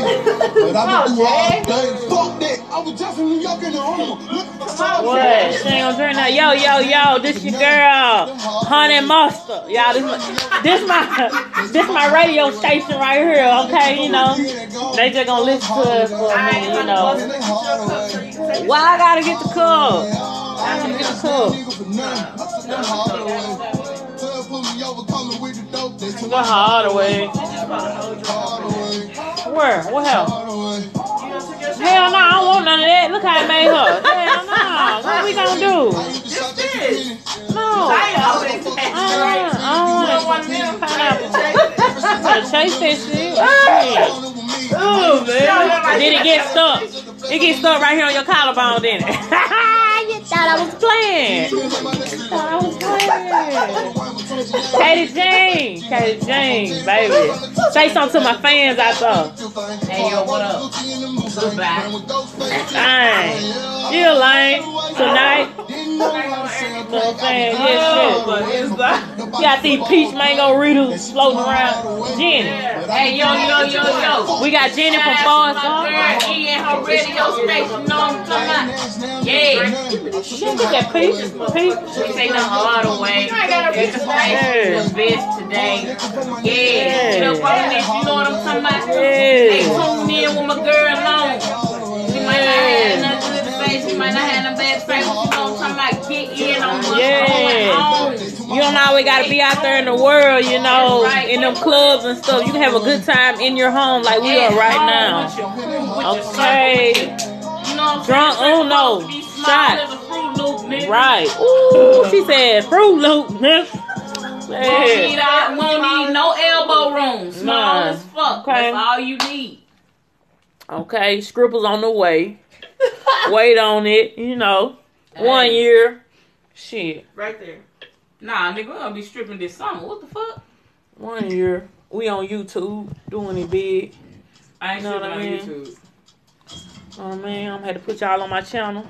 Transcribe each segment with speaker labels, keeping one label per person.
Speaker 1: But I've been
Speaker 2: Come
Speaker 1: through all
Speaker 2: on,
Speaker 1: the things. Fuck that. I was just in New York in the room. Look at the
Speaker 2: Come on,
Speaker 1: time.
Speaker 3: What? She ain't gonna drink that. Yo, yo, yo, this your girl, Honey Mustard. Y'all, this my, this my, this my radio station right here. Okay, you know, they just gonna listen to us for a minute, you know. Why I gotta get the cup? I gotta get the cup. Go hard away. Where? What hell? Hell no, I don't want none of that. Look how I made her. Hell no, what we gonna do? No, Uh-uh. I gotta chase that shit. Shit.
Speaker 2: Oh, man.
Speaker 3: Did it get stuck? It get stuck right here on your collarbone, didn't it? you thought I was playing. I was playing. Katie Jane, Katie Jane, baby. Say something to my fans out there.
Speaker 2: Hey, yo, what up?
Speaker 3: Dang. You lame tonight. You know what I'm saying? Yeah, shit.
Speaker 2: Oh, but it's the.
Speaker 3: You got these peach mango riddles floating around. Jenny.
Speaker 2: Hey, yo, yo, yo, yo.
Speaker 3: We got Jenny from
Speaker 2: Shout out
Speaker 3: Forest
Speaker 2: to my girl E and her radio station. Know what I'm talking about?
Speaker 1: Yeah.
Speaker 3: She get that peach, peach.
Speaker 2: We take them all the way. It's the place to invest today. Yeah, get up on this. You know what I'm talking about? They tuned in with my girl on. She might not have nothing good to say. She might not have no bad face. But you know what I'm talking about? Get in on what's going on.
Speaker 3: You don't always gotta be out there in the world, you know, in them clubs and stuff. You can have a good time in your home like we are right now. Okay.
Speaker 2: You know what
Speaker 3: Drunk Uno. Shot.
Speaker 2: Shot.
Speaker 3: Right. Ooh, she said Fruit Loop.
Speaker 2: Won't need,
Speaker 3: Yeah.
Speaker 2: all- won't need no elbow room. Small
Speaker 3: Nah.
Speaker 2: as fuck.
Speaker 3: Okay.
Speaker 2: That's all you need.
Speaker 3: Okay, scribbles on the way. Wait on it, you know. One year. Shit.
Speaker 4: Right there.
Speaker 2: Nah, nigga, we're gonna be stripping this summer. What the fuck?
Speaker 3: One year. We on YouTube doing it big.
Speaker 4: I ain't
Speaker 3: Know
Speaker 4: sure
Speaker 3: what I
Speaker 4: about
Speaker 3: mean?
Speaker 4: YouTube.
Speaker 3: Oh man, I'm gonna have to put y'all on my channel.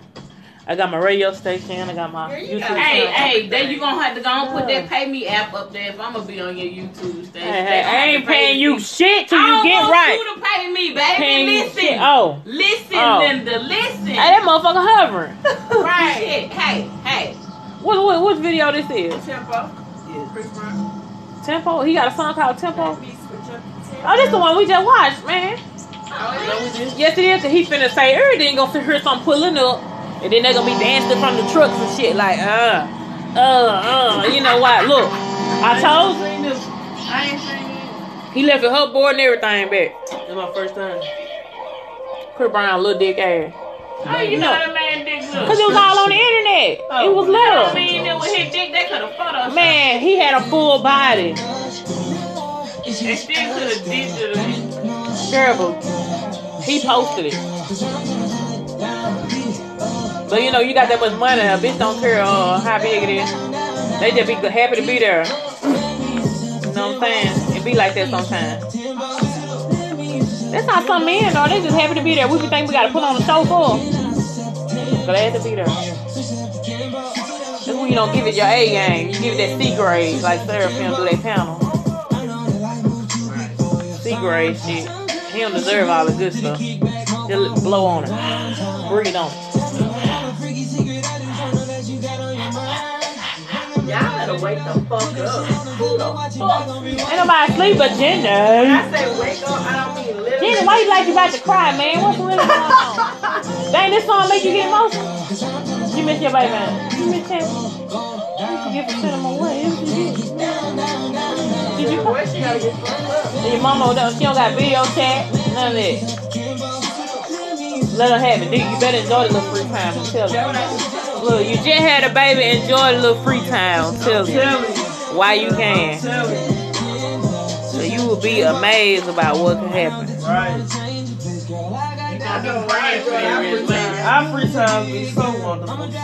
Speaker 3: I got my radio station, I got my
Speaker 4: Here you
Speaker 3: YouTube
Speaker 4: go.
Speaker 2: Hey,
Speaker 3: channel.
Speaker 2: hey, then you gonna have to go and put
Speaker 3: Yeah.
Speaker 2: that pay me app up there if I'm gonna be on your YouTube station.
Speaker 3: Hey, hey, I ain't paying you shit till
Speaker 2: I
Speaker 3: you
Speaker 2: don't
Speaker 3: get
Speaker 2: want
Speaker 3: right.
Speaker 2: you to pay me,
Speaker 3: Paying
Speaker 2: baby.
Speaker 3: you
Speaker 2: Listen.
Speaker 3: shit. Oh.
Speaker 2: Listen,
Speaker 3: Oh.
Speaker 2: Linda. Listen.
Speaker 3: Hey, that motherfucker hovering.
Speaker 2: right. Shit. Hey, hey.
Speaker 3: What, what, what video this is?
Speaker 4: Tempo. Yeah. Chris Brown.
Speaker 3: Tempo? He got a song called Tempo?
Speaker 4: Beats with your
Speaker 3: Oh, this the one we just watched, man.
Speaker 4: Oh, yeah.
Speaker 3: Yes, it is, 'cause he finna say everything gonna sit here some pulling up, and then they gonna be dancing from the trucks and shit like, uh, uh, uh. You know what? Look, I told
Speaker 4: I ain't seen this. I ain't seen
Speaker 3: He left his board and everything back. It's my first time. Chris Brown, little dick ass.
Speaker 2: Oh, you
Speaker 3: No.
Speaker 2: know that man dick good.
Speaker 3: Cause it was all on the internet. It
Speaker 4: Oh,
Speaker 3: was
Speaker 2: I
Speaker 3: little.
Speaker 2: mean, it was his dick. They could have fucked us.
Speaker 3: Man, he had a full body.
Speaker 2: They still could have did it.
Speaker 3: Terrible. He posted it. But you know, you got that much money, a bitch don't care uh, how big it is. They just be happy to be there. You know what I'm saying? It be like that sometimes. That's not some men though. They just happy to be there. We be think we gotta put on the show for 'em. Glad to be there. That's when you don't give it your A game. You give it that C grade, like Seraphim do their panel. C grade shit. He don't deserve all the good stuff. Just blow on it. Breathe on it.
Speaker 4: Y'all gotta wake the fuck up. Who the fuck?
Speaker 3: Ain't nobody sleep but
Speaker 4: When
Speaker 3: Jenna.
Speaker 4: I say wake up, I don't mean literally.
Speaker 3: Jenna, why you like you about to cry, man? What's really going on? Dang, this song make you get emotional. You miss your baby, man. You miss him. You forget to send him away. Did you
Speaker 4: Boy, she gotta get fucked up.
Speaker 3: Your mama don't, she don't got video chat, none of that. Let her have it, dude. You better enjoy the little free time. I'm telling you. Look, you just had a baby. Enjoy the little free time. I'm telling you.
Speaker 4: Tell me.
Speaker 3: Why you can.
Speaker 4: Tell me.
Speaker 3: So you will be amazed about what can happen.
Speaker 4: Right. I know. right, right. I free time. I free time be so wonderful.